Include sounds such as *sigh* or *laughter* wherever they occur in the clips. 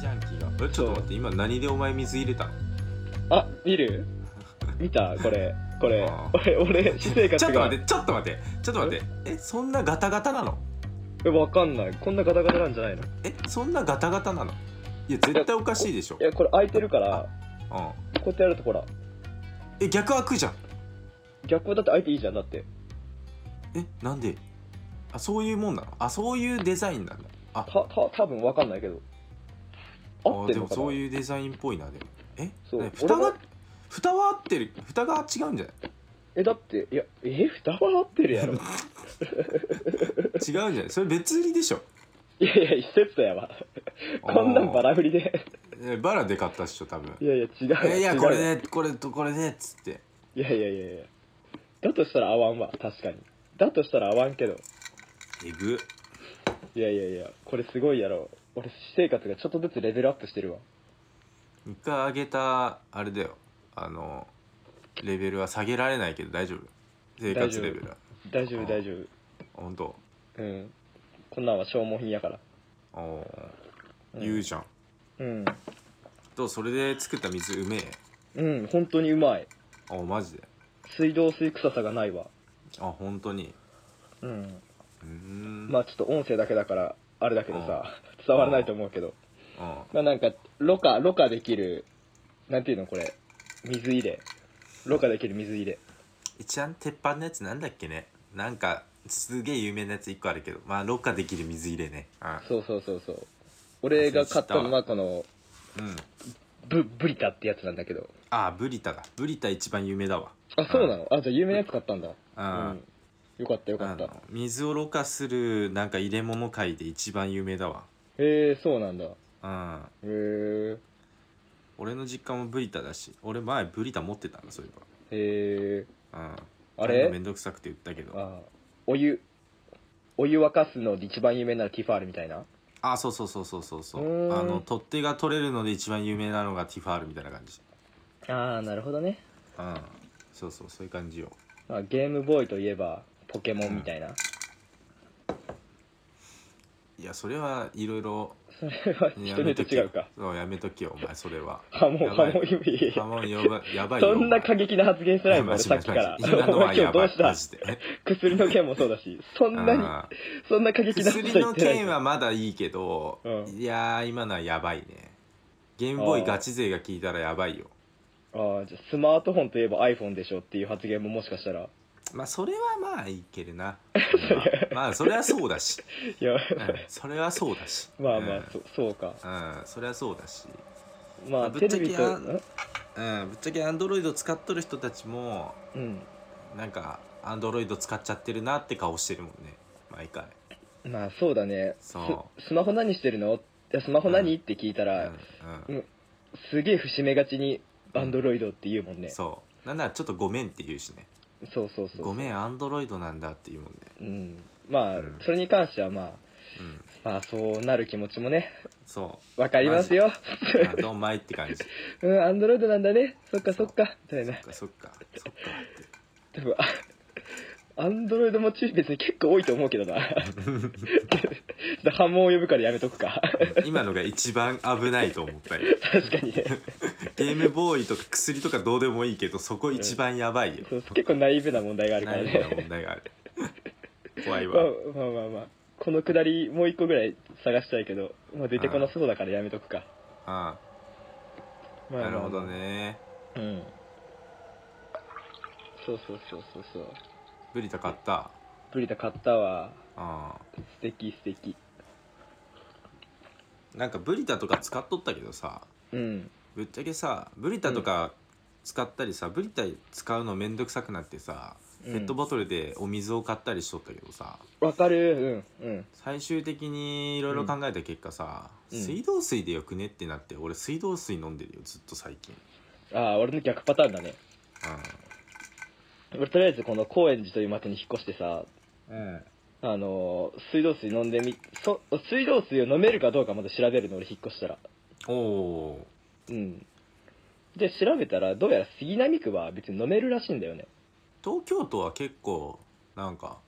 ジャンキーがえちょっと待って今何でお前水入れたのあ見る見たこれこれあ俺俺私ちょ生活っとが待ってちょっと待ってちょっと待ってえそんなガタガタなのえわかんないこんなガタガタなんじゃないのいえそんなガタガタなのいや絶対おかしいでしょ、やこれ開いてるからうん、こうやってやるとほらえ逆開くじゃん逆はだって開いていいじゃんだってえなんであそういうもんなのあそういうデザインなんだあたた多分わかんないけどあ合っでてるのもかなそういうデザインっぽいなでもえそうね蓋俺がも蓋は合ってる蓋が違うんじ *laughs* ゃないえだっていやえ蓋は合ってるやろ違うんじゃないそれ別売りでしょいやいや一説だよわ *laughs* こんなんバラ振りでえバラで買ったっしょ多分いやいや違うわえいや違うわこれねこれとこれねっつっていやいやいやいやだとしたら合わんわ確かにだとしたら合わんけどえぐいやいやいやこれすごいやろ俺私生活がちょっとずつレベルアップしてるわ一回上げたあれだよあのレベルは下げられないけど大丈夫生活レベルは大丈あ夫ー大丈夫本当うんこんなんは消耗品やから、おお、うん、言うじゃんうんとそれで作った水うめえうん本当にうまいあマジで水道水臭さがないわあ本当にうんうーんまあちょっと音声だけだからあれだけどさ伝わらないと思うけどうんまあなんかろ過ろ過できるなんていうのこれ水入れろ過できる水入れ一番鉄板のやつなんだっけねなんかすげえ有名なやつ一個あるけどまあろ過できる水入れねそうそうそうそう俺が買ったのはこのうん、うん、ブブリタってやつなんだけどあブリタだブリタ一番有名だわあそうなのあじゃあ有名なやつ買ったんだううん、んよかったよかあったへの水をろ過するなんか入れ物界で一番有名だわえそうなんだへうんえ俺の実家もブリタだし俺前ブリタ持ってたんだそういえへえばうんあなんかめれんどくさくて売ったけどあお湯お湯沸かすので一番有名なのティファールみたいなあそうそうそうそうそうそううーんあの取っ手が取れるので一番有名なのがティファールみたいな感じああなるほどね、うんそうそうそういう感じよまあ、ゲームボーイといえばポケモンみたいな、いやそれはいろいろそれは *laughs* 人によって違うかそうやめときよお前それはハモやばハいモ指いやいあやもうやばいやばいよそんな過激な発言してないもマん *laughs* 俺ジさマっきジマジ今から *laughs* のはお前今や日どばういマしジでた薬の件もそうだしそんなうにんそんな過激なこと薬言っのてない件はまだいいけど、うんいやー今のはやばいねゲームボーイガチ勢が聞いたらやばいよああじゃあスマートフォンといえば iPhone でしょっていう発言ももしかしたらまあそれはまあいける *laughs* なまあまあそれはそうだし、いやうん *laughs* それはそうだしまあまあ、うそそうかん、うん、それはそうだしままああぶっテちゃレけビとあうんぶっちゃけアンドロイド使っとる人たちもうんなんかアンドロイド使っちゃってるなって顔してるもんね毎回まあそうだねそススマホ何してるのいやスマホ何、うんって聞いたう、ら、うんすげえ節目がちにうんアンドロイドって言うもんうん、ね、そうなんならちょっとごめんって言うしねそうそうそうごめんアンドロイドなんだって言うもんね、うんまあ、うんそれに関してはまあうん、まあそうなる気持ちもね *laughs* そうわかりますよあドンマイって感じ。うん *laughs* アンドロイドなんだねそっかそっかみたいそなっかそっかそっか多分あアンドロイドもち別に結構多いと思う *laughs* けどな *laughs* 反問を呼ぶからやめとくかって。今のが一番危ないと思ったよ。確かにねゲームボーイとか薬とかどうでもいいけど、そこ一番やばいよ。そう結構ナイーブな問題があるかならいねな問題がある。 *laughs* 怖いまあわ。まあまあまあこのくだりもう一個ぐらい探したいけど、まあ、出てこなそうだからやめとくか、ああ、まあまなあるまあほどね。うんそうそうそうそうそうブリタ買った。ブリタ買ったわあ素敵素敵あ。なんかブリタとか使っとったけどさ、うんぶっちゃけさ、ブリタとか使ったりさ、ブリタ使うのめんどくさくなってさ、ペうんットボトルでお水を買ったりしとったけどさ、わかるうんうん最終的にいろいろ考えた結果さ、うん水道水でよくねってなって俺水道水飲んでるよずっと最近、ああ俺の逆パターンだね俺とりあえずこの高円寺という町に引っ越してさうんうん、あのー水道水飲んでみそ水道水を飲めるかどうかまだ調べるの俺引っ越したらおおうんで調べたらどうやら杉並区は別に飲めるらしいんだよね東京都は結構なんか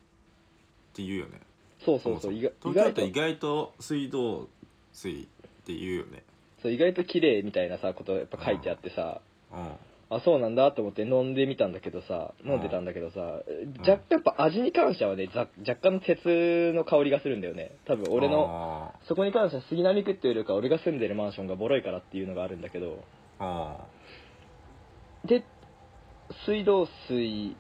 って言うよねそうそうそそうも意外そも意東京外都と意外と水道水って言うよねそう意外と綺麗みたいなさことやっぱ書いてあってさ、うんあそうなんだと思って飲んでみたんだけどさ飲んでたんだけどさ、若干やっぱ味に関してはねざ若干の鉄の香りがするんだよね多分俺ののそこに関しては杉並区っていうよりか俺が住んでるマンションがボロいからっていうのがあるんだけどうんで水道水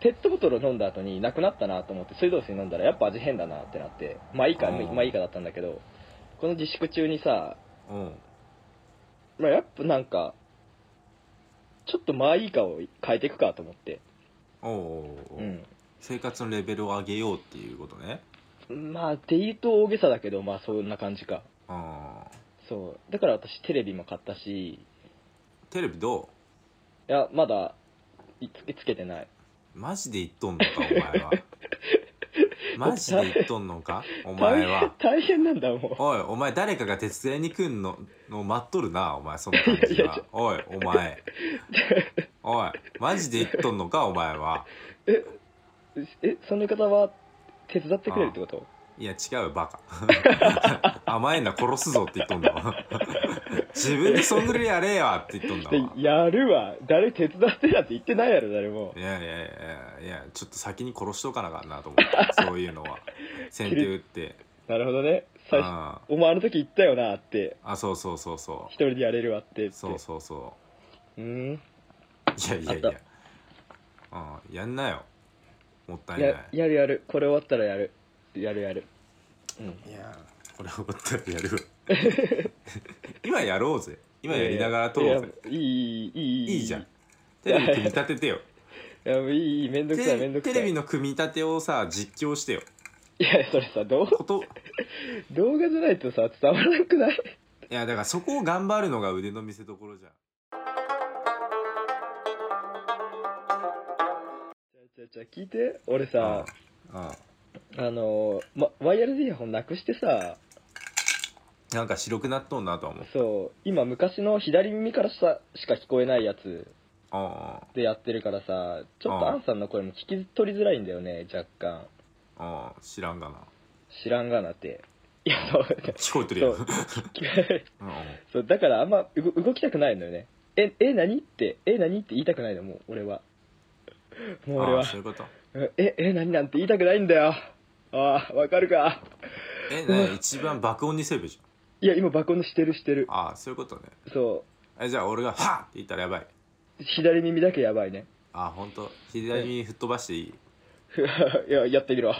ペットボトルを飲んだ後になくなったなと思って水道水飲んだらやっぱ味変だなってなってまあいいかうんまあいいかだったんだけどこの自粛中にさ、うんまあ、やっぱなんかちょっとまあいいかを変えていくかと思っておうおうおううん生活のレベルを上げようっていうことねまあって言うと大げさだけどまあそんな感じかうんそうだから私テレビも買ったしいテレビどやまだいつけつけてないうマジで言っとんのかお前 *laughs* はマジで言っとんのかお前 *laughs* は大変なんだもおいお前誰かが手伝いに来んのの待っとるなお前その感じいやいは *laughs* おいお前おいマジで言っとんのかお前はうえその言い方は手伝ってくれるってこといや違うよバカ *laughs* 甘えんな殺すぞって言っとんだわ *laughs* 自分でそんぐらいやれやって言っとんだわでやるわ誰手伝ってなんて言ってないやろ誰もいやいやいやいやちょっと先に殺しとかなあかんなと思ってそういうの *laughs* は先手打ってなるほどねう最初んお前あの時言ったよなってあそうそうそうそ一人でやれるわってってうそうそうそうーんういやいやいやうんやんなよもったいないややるやるこれ終わったらやるやるやるうんいやこれ終わったらやるわ *laughs* 今やろうぜ今やりながら撮ろうぜいやいいいいいいいいじゃんテレビ組み立ててよいやもういいいいめんどくさいめんテどくテさレいビの組み立てをさ実況してよいやそれさ動こと動画じゃないとさ伝わらなくないいやだからそこを頑張るのが腕の見せ所じゃんちゃちゃ聞いて俺さうんうんあのま、ワイヤレスイヤホンなくしてさなんか白くなっとんなとは思うそう今昔の左耳からさしか聞こえないやつあでやってるからさちょっあとあアンさんの声も聞き取りづらいんだよね若干あああ知らんがな知らんがなっていやそう聞こえてるやん *laughs* そううんそうだからあんま動動きたくないのよねええ何ってえ何って言いたくないのもう俺はもう俺あはあそういうことええ何なんて言いたくないんだよああわかるかえね一番爆音にせるじいや今爆音してるしてるゃんああそういうことねそえじゃあ俺が「はっ!」って言ったらやばいう左耳だけやばいね *laughs* ああほんと左に吹っ飛ばしていいいややってみろ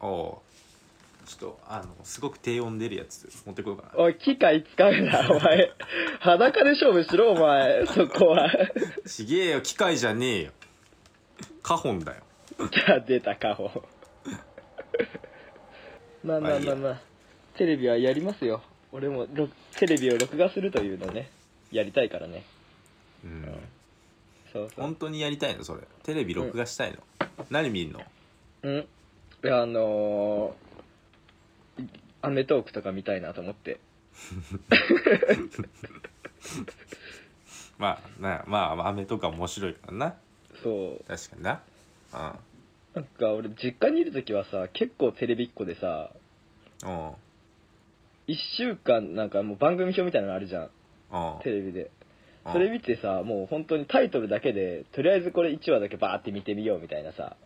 おおうちょっとあのすごく低音出るやつ持ってこようかなおい機械使うなお前裸で勝負しろお前そこはちげえよ機械じゃねえよカホンだよじゃあ出たかもまあまあまあまあテレビはやりますよ俺も録テレビを録画するというのねやりたいからねうんそうそう本当にやりたいのそれテレビ録画したいの、何見んのうんいやあのーいアメトーークとか見たいなと思ってまあなまあアメとか面白いからなそう確かになうんなんか俺実家にいる時はさ結構テレビっ子でさうん1週間なんかもう番組表みたいなのあるじゃんうんテレビでうんそれ見てさもう本当にタイトルだけでとりあえずこれ1話だけバーって見てみようみたいなさ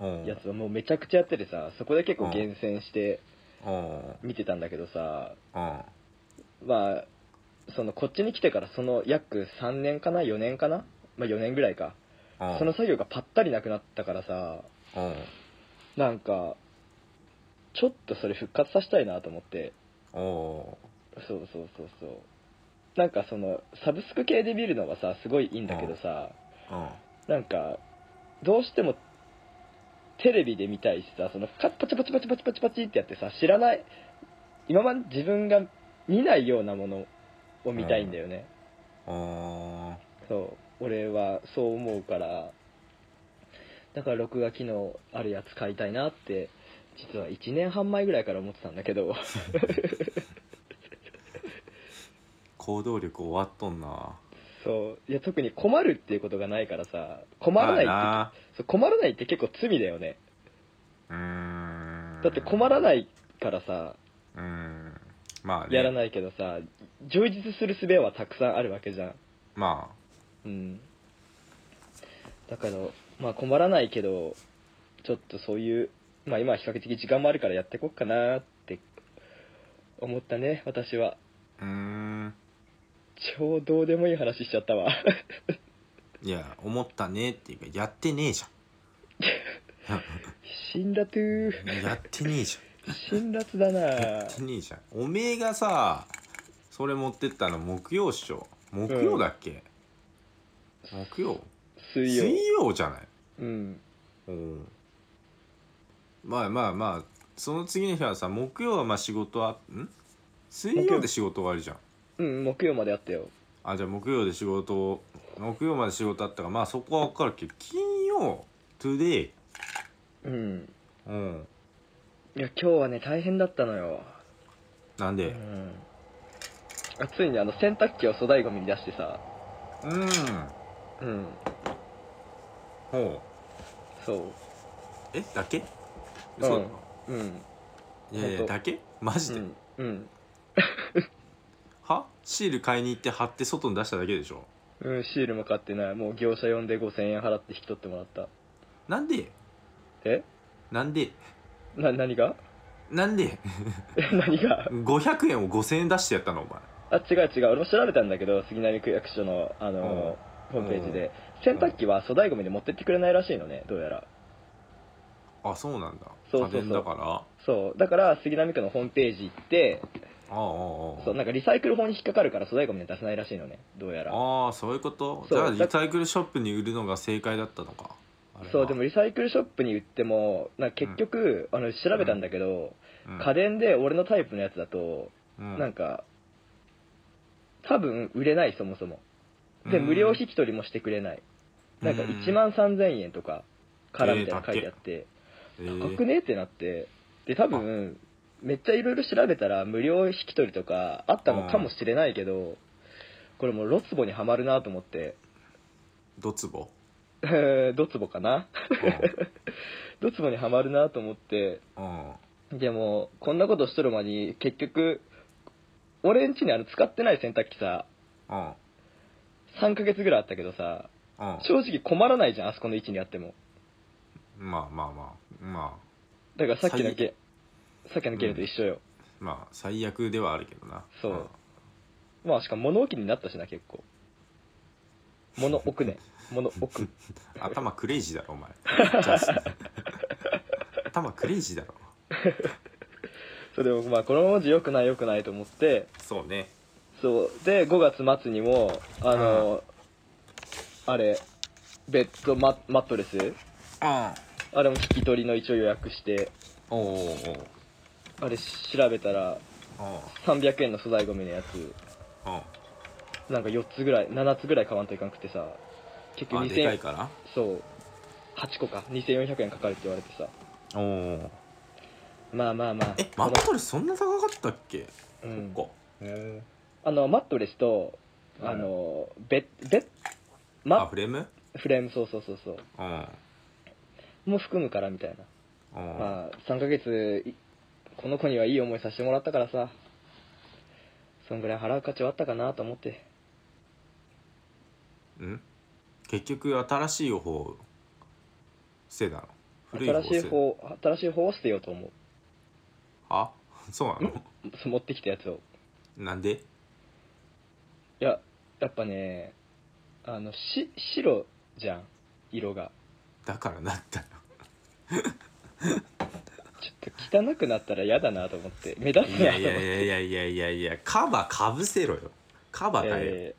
うんやつはもうめちゃくちゃやっててさそこで結構厳選してうん見てたんだけどさうんまあそのこっちに来てからその約3年かな4年かなまあ4年ぐらいかうんその作業がパッタリなくなったからさうんなんかちょっとそれ復活させたいなと思っておそうそうそうそうなんかそのサブスク系で見るのはさすごいいいんだけどさ、ーうんなんかどうしてもテレビで見たいしさそのカパチパチパチパチパチパチってやってさ知らない今まで自分が見ないようなものを見たいんだよね、おーそう俺はそう思うからだから録画機能あるやつ買いたいなって実は1年半前ぐらいから思ってたんだけど行動力終わっとんなそういや特に困るっていうことがないからさ困らないってまそう困らないって結構罪だよねあなうーんだって困らないいからさうーんまあねやらないけどさ充実する術はたくさんあるわけじゃんまうんだからまあ困らないけどちょっとそういうまあ今は比較的時間もあるからやってこっかなって思ったね私はあうーん超どうでもいい話しちゃったわ *laughs* いや思ったねっていうかやってねえじ死んだとぅゃんやってねえじ辛辣だゃんなやってねえじゃんおめえがさそれ持ってったの木曜っしょ木曜だっけ、木曜水曜水曜じゃないうんうんまあまあまあその次の日はさ木曜はまあ仕事はん水木曜曜で仕事終わりじゃんうん木曜まであったよあじゃあ木曜で仕事を木曜まで仕事あったからまあそこは分かるけど金曜トゥデイうんうんいや今日はね大変だったのよなんうでんあついにあの洗濯機を粗大ゴミに出してさうんうんほそうえだけそうなのううんいやいや本当だけマジうで、んうんはシール買いに行って貼って外に出しただけでしょうん、シールも買ってないもう業者呼んで5000円払って引き取ってもらったなんでえなんでな何がなんでえ何が500円を5000円出してやったのお前あ違う違う俺も調べたんだけど杉並区役所のあの、ホームページで洗濯機は粗大ゴミで持ってってくれないらしいのねどうやらあそうなんだそうそうそ家う電だからあそうだから杉並区のホームページ行ってあああそうなんかリサイクル法に引っかかるから粗大ゴミは出せないらしいのねどうやらああそういうことそじうゃあだリサイクルショップに売るのが正解だったのかあれはそうでもリサイクルショップに売ってもなんか結局、あの調べたんだけど、うん家電で俺のタイプのやつだとうんなんか多分売れないそもそもでうん無料引き取りもしてくれないなんかうん1万3000円とかからみたいな書いてあってえ高ーくねってなってで多分めっちゃいろいろ調べたら無料引き取りとかあったのかもしれないけどこれもうロツボにはまるなと思って *laughs* ドツボドツボかなドツボにはまるなと思ってうんうんでもこんなことしとる間に結局俺んちにあの使ってない洗濯機さうん3ヶ月ぐらいあったけどさうん正直困らないじゃんあそこの位置にあってもまあまあまあまだからさっきの最ゲさっきのゲームと一緒よ、あまあ最悪ではあるけどなそうまあしかも物置になったしな結構物置 *laughs* ね物置ん頭クレイジーだろお *laughs* 前ジャス頭クレイジーだろそれをまあこの文字良くない良くないと思ってそうねそうで5月末にもあのあれベッドママットレスうんあれも引き取りの一応予約しておおおーあれ調べたらお300円の素材ゴミのやつーうんなんか4つぐらい7つぐらい買わんといかんくてさ結うん局あで2000か円いからそう8個か2400円かかるって言われてさおおまあまあまあえマットレスそんな高かったっけうそっん、かへあのマットレスとうんあのベッベッあマフレームフレームそうそうそうそううんも含むからみたいな、うんまあ3ヶ月いこの子にはいい思いさせてもらったからさそんぐらい払う価値はあったかなと思ってうん結局新しい方を捨てたの古い方を新し捨ていた方新しい方を捨てようと思あそうなのうそ持ってきたやつをなんでいややっぱねあのし白じゃん色がだからなったのちょっと汚くなったら嫌だなと思って目立ついなと思っやていやいやいやいやいやいやカバーかぶせろよカバーだよ、え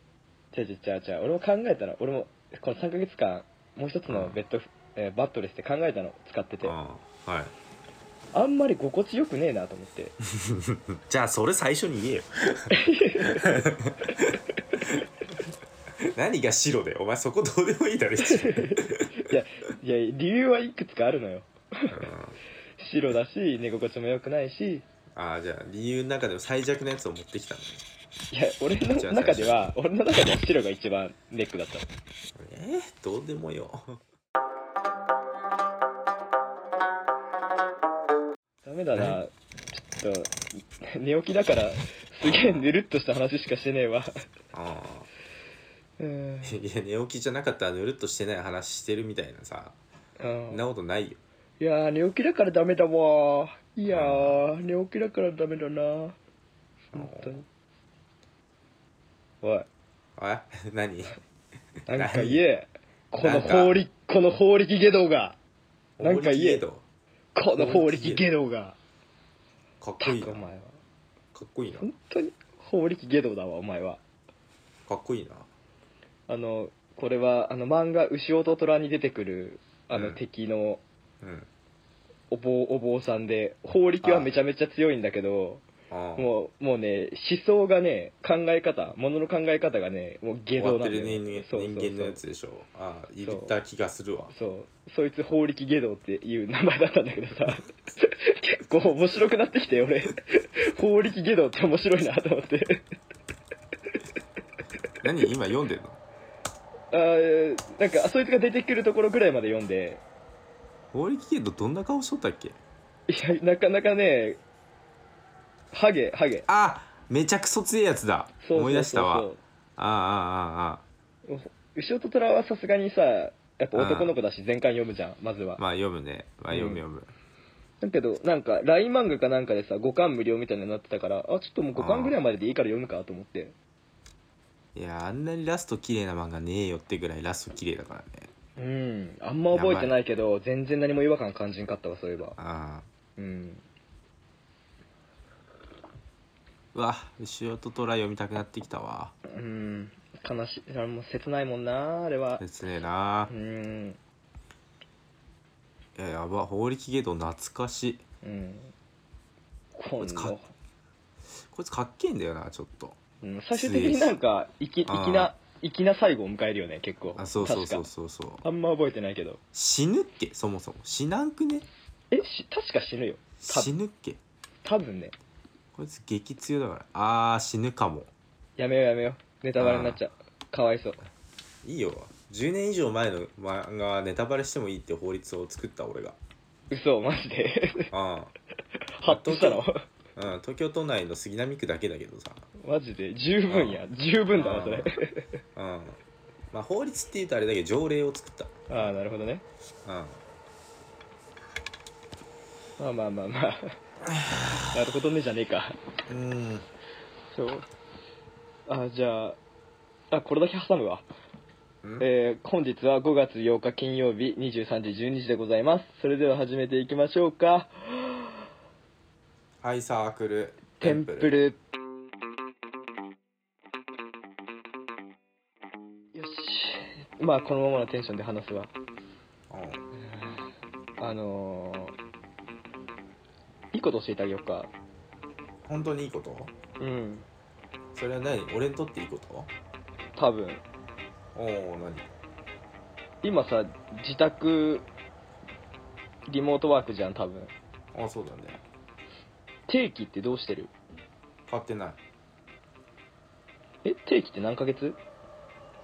ー、違う違う違う違う俺も考えたの俺もこの3ヶ月間もう一つのベッド、えーバットレスって考えたの使っててうんはいあんまり心地よくねえなと思って *laughs* じゃあそれ最初に言え *laughs* よ何が白でお前そこどうでもいいだろ一応いやいや理由はいくつかあるのようん白だし寝心地も良くないし *laughs* ああじゃあ理由の中でも最弱のやつを持ってきたのねいや俺のじゃあ中では俺の中では白が一番ネックだったのえー、どうでもよダメだなちょちょっと、寝起きだから、すげえぬるっとした話しかしてねえわ。ああうん。いや寝起きじゃなかったらぬるっとしてない話してるみたいなさそんなことないよいやー、寝起きだからダメだわー。いやー、寝起きだからダメだなー。本当に。おい、あ何なんか言え。こなのんか法力、この法力下道が、なんか言え俺とこの法力下道が。かっこたいいくなおか前は。っこいいな本当に法力下道だわ、お前は。かっこいいなあの、これは、あの、漫画、牛尾と虎に出てくる、あうの、ん敵のうんお坊、お坊さんで、法力はめちゃめちゃ強いんだけど、ああもう、もうね、思想がね、考え方、ものの考え方がね、もう終下道わっなてんだるよね、人間そうそうそう人間のやつでしょああ言った気がするわそう。そいつ法力下道っていう名前だったんだけどさ、 *laughs* 結構面白くなってきて、俺。法力下道って面白いなと思って。何今読んでんのあーなんか、そいつが出てくるところぐらいまで読んで、法力ゲートどんな顔しとったっけいや、なかなかね、ハゲ、ハゲ。あめちゃくそ強いやつだそうそうそうそう思い出したわああああああ後ろと虎はさすがにさ、やっぱ男の子だし、全巻読むじゃん、まずはあ。まあ読むねまあうん読む読む、だけど、なんか、LINE 漫画かなんかでさ、5巻無料みたいなのになってたから、あ、ちょっともう5巻ぐらいまででいいから読むかと思って。いやあんなにラスト綺麗な漫画ねえよってぐらいラスト綺麗だからねうん、あんま覚えてないけど、全然何も違和感感じんかったわ、そういえば。ああうん。うわ後ろと虎読みたくなってきたわうん、悲しい。あもう切ないもんな、あれは。ですねえなうん、いややば法力ゲート懐かしいうん。こいつかの、こいつかっけえんだよなちょっとうん、最終的になんか、粋あー粋な、粋な最後を迎えるよね、結構。あそうそうそう確かそうそうあんま覚えてないけど。死ぬっけそもそも死なんくねえ、し確か死ぬよ。多分死ぬっけ多分ね。こいつ激強だからあー死ぬかもやめようやめよう。ネタバレになっちゃう。かわいそう。いいよ10年以上前の漫画はネタバレしてもいいって法律を作った俺が嘘マジ *laughs* であハッとしたのあ、うん、東京都内の杉並区だけだけどさ *laughs* マジで十分や十分だなそれうんまあ法律って言うとあれだけど条例を作ったああなるほどねうんまあまあまあまあ *sighs* なるほどねじゃねえかうんそうあじゃああこれだけ挟むわ、えー本日は5月8日金曜日23時12時でございますそれでは始めていきましょうかはいサークルテンプルよしまあこのままのテンションで話すわうんあのー、いいこと教えてあげようか。本当にいいことうん。それは何俺にとっていいこと多分。おお何今さ、自宅、リモートワークじゃん、多分。あそうだね定期ってどうしてる買ってないえ、定期って何ヶ月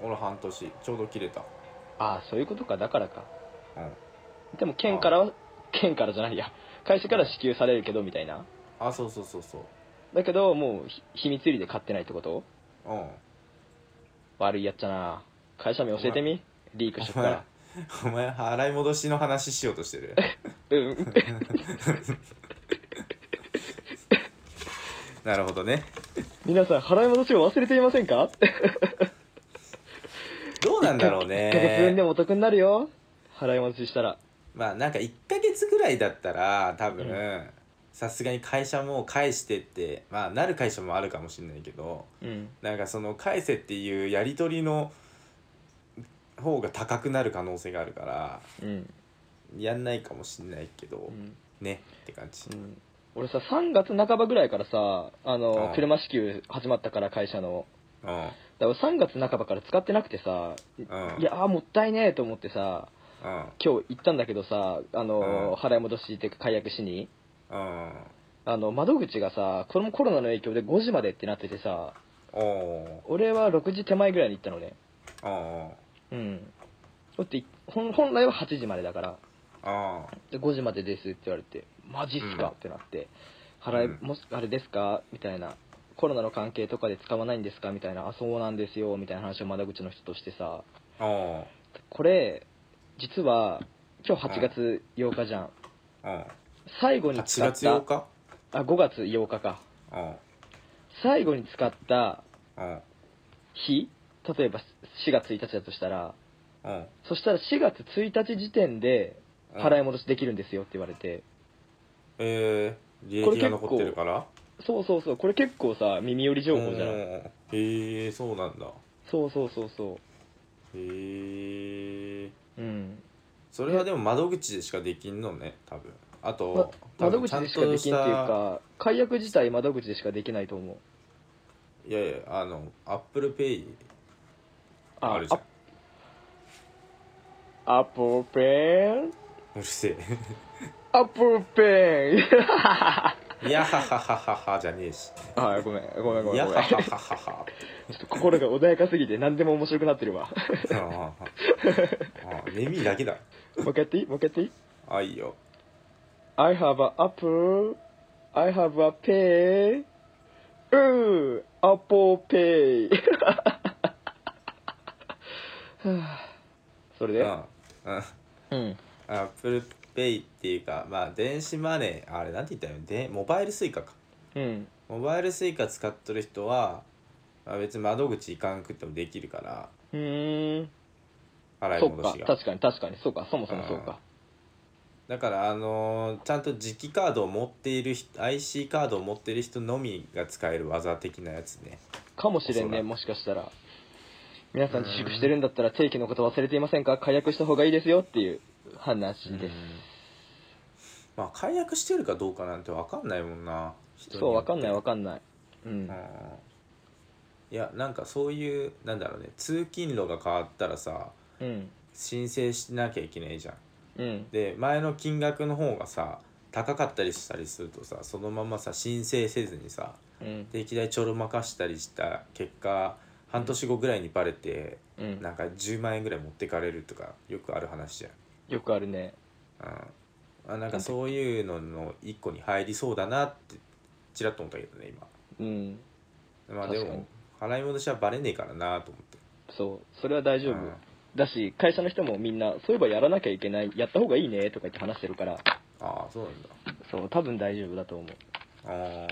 俺半年ちょうど切れたああ、そういうことか、だからか。うんでも、県からは、県からじゃないや。会社から支給されるけど、みたいな。あそうそうそうそうだけど、もう、ひ秘密裏で買ってないってことうん悪いやっちゃな。会社名教えてみリークしとくから。お前払い戻しの話しようと *laughs* してるうん。なるほどね皆さん、払い戻しを忘れていませんかどうなんだろう1ヶ月分でねもお得になるよ払い戻ししたらまあなんか1ヶ月ぐらいだったら多分、うさすがに会社も返してってまあなる会社もあるかもしれないけどうんなんかその返せっていうやり取りの方が高くなる可能性があるからうん、やんないかもしれないけど、うんねって感じ俺さ3月半ばぐらいからさあのうん車支給始まったから会社のうんだから3月半ばから使ってなくてさうんいやーもったいねえと思ってさうん今日行ったんだけどさあの、うん払い戻しっていうか解約しにうんあの窓口がさこれもコロナの影響で5時までってなっててさおお俺は6時手前ぐらいに行ったのねーおうんだって本本来は8時までだからーおーで5時までですって言われてマジっすかうんってなって、払い、うんもしあれですかみたいなコロナの関係とかで使わないんですかみたいなあそうなんですよみたいな話を窓口の人としてさおうこれ実は今日8月8日じゃんおう最後に8使っ月8た日あ5月8日かおう最後に使ったおう日例えば4月1日だとしたらおうそしたら4月1日時点でうん払い戻しできるんですよって言われて、えー、利こ益れが結残構ってるからそうそうそうこれ結構さ耳寄り情報じゃん、うんうんうんへえそうなんだそうそうそうそへえううんそれはでも窓口でしかできんのね多分あと、多窓分口でしかできんっていうか解約自体窓口でしかできないと思ういやいやあのアップルペイああるじゃんアップルペンうるせアップル *laughs* ペえ *laughs* いやはははははじゃねえしンはいごめんごめんごめんごめんいやはははちょはっと心が穏やかすぎて何でも面白くなってるわはああ耳だけだもう一回やっていいもう一回やっていいあいいよ I have a apple. I have a pay. Ooh, Apple Pay. *laughs* はあそれうんうで、んアうん、ップルペイっていうかまあ電子マネーあれなんて言ったらいいのでモバイルスイカかうん、モバイルスイカ使っとる人は、まあ、別に窓口行かんくってもできるからうーん、払いそっ戻かし、が確かに確かに、そうか、そもそもそうか。だからあのーちゃんと磁気カードを持っている人 IC カードを持っている人のみが使える技的なやつねかもしれんおそらね、くもしかしたら。皆さん自粛してるんだったら定期のこと忘れていませんか解約した方がいいですよっていう話です。まあ解約してるかどうかなんて分かんないもんなそう、わかんないわわかんない。うん。いやなんかそういうなんだろうね通勤路が変わったらさうん。申請しなきゃいけないじゃんうん。で前の金額の方がさ高かったりしたりするとさそのままさ申請せずにさうん。定期代ちょろまかしたりした結果半年後ぐらいにバレてうん。なんか10万円ぐらい持ってかれるとかよくある話じゃんよくあるね。うんあなんかそういうのの一個に入りそうだなってちらっと思ったけどねうん。今まあで確かにも払い戻しはバレねえからなと思ってそう、それは大丈夫。うんだし、会社の人もみんな、そういえばやらなきゃいけない、やった方がいいねとか言って話してるから、ああそうなんだそう、多分大丈夫だと思う。あー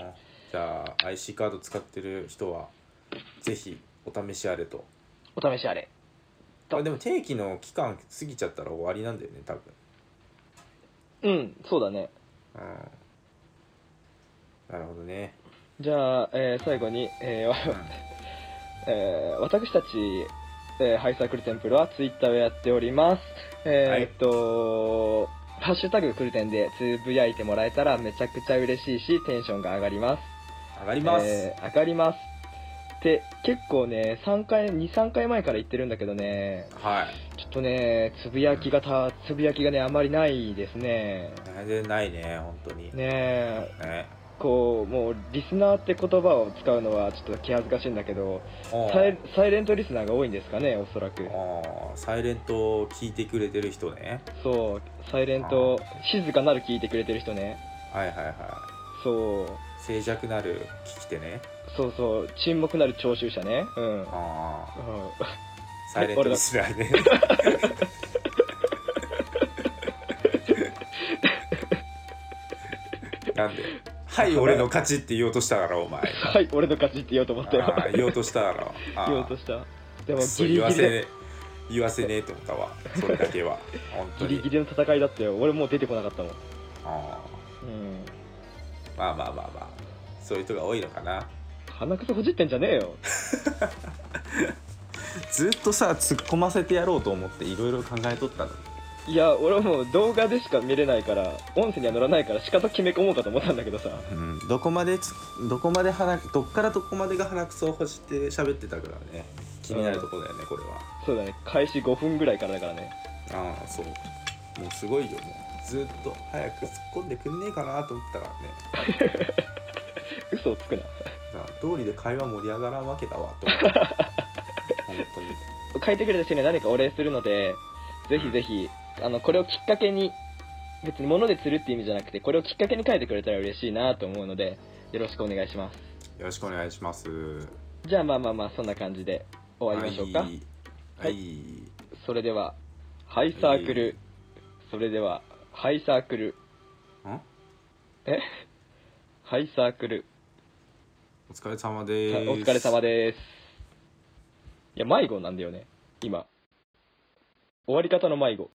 じゃあ IC カード使ってる人はぜひお試しあれとお試しあれ。とあでも定期の期間過ぎちゃったら終わりなんだよね多分うん、そうだね。うんなるほどね、じゃあ、えー最後に、えーわうん *laughs* えー私たち、えーハイサークルテンプルはツイッターをやっております。えーっと、ハッシュタグクルテンでつぶやいてもらえたらめちゃくちゃ嬉しいし、テンションが上がります。上がります、えー上がります。で、結構ね、3回、2、3回前から言ってるんだけどね、はいちょっとね、つぶやきがた、つぶやきがね、あまりないですね。全然ないね本当にねえ、ねこう、もう、リスナーって言葉を使うのはちょっと気恥ずかしいんだけど、おうサイサイレントリスナーが多いんですかね、おそらく。ああサイレントを聞いてくれてる人ねそう、サイレント、静かなる聞いてくれてる人ね。はいはいはいそう、静寂なる聞き手ねそうそう、沈黙なる聴衆者ね。うん。うん *laughs* ああサイレントリスナーね *laughs* なんで「はい俺の勝ち」って言おうとしただろお前はい、俺の勝ちって言おうと思ったよ。ああ言おうとしただろああ *laughs* 言おうとした。でもクギソリギ言わリせでね言わせねえと思ったわそれだけは本当ギにリギリの戦いだったよ。俺もう出てこなかったもん。あうん。あまあまあまあまあそういう人が多いのかな鼻くそほじってんじゃねえよ。ずっとさ突っ込ませてやろうと思っていろいろ考えとったのいや、俺はもう動画でしか見れないから、音声には乗らないから仕方決め込もうかと思ったんだけどさ。うん、どこまでつどこまで鼻どっからどこまでが鼻くそをほじって喋ってたからね気になるとこだよね、これはそうだね、開始5分ぐらいからだからね。ああそうもうすごいよもうずっと早く突っ込んでくんねえかなと思ったからね嘘をつくな。なあ道理で会話盛り上がらんわけだわ *laughs* と思った本当に書いてくれた人には何かお礼するので、ぜひぜひ、あの、これをきっかけに、別に物で釣るって意味じゃなくてこれをきっかけに書いてくれたら嬉しいなと思うのでよろしくお願いしますよろしくお願いしますじゃあまあまあまあそんな感じで終わりましょうか、はい、はいはいそれではハイサークル、はいそれではハイサークルんえハイサークルお疲れ様おでーす疲れ様ですいや迷子なんだよね今終わり方の迷子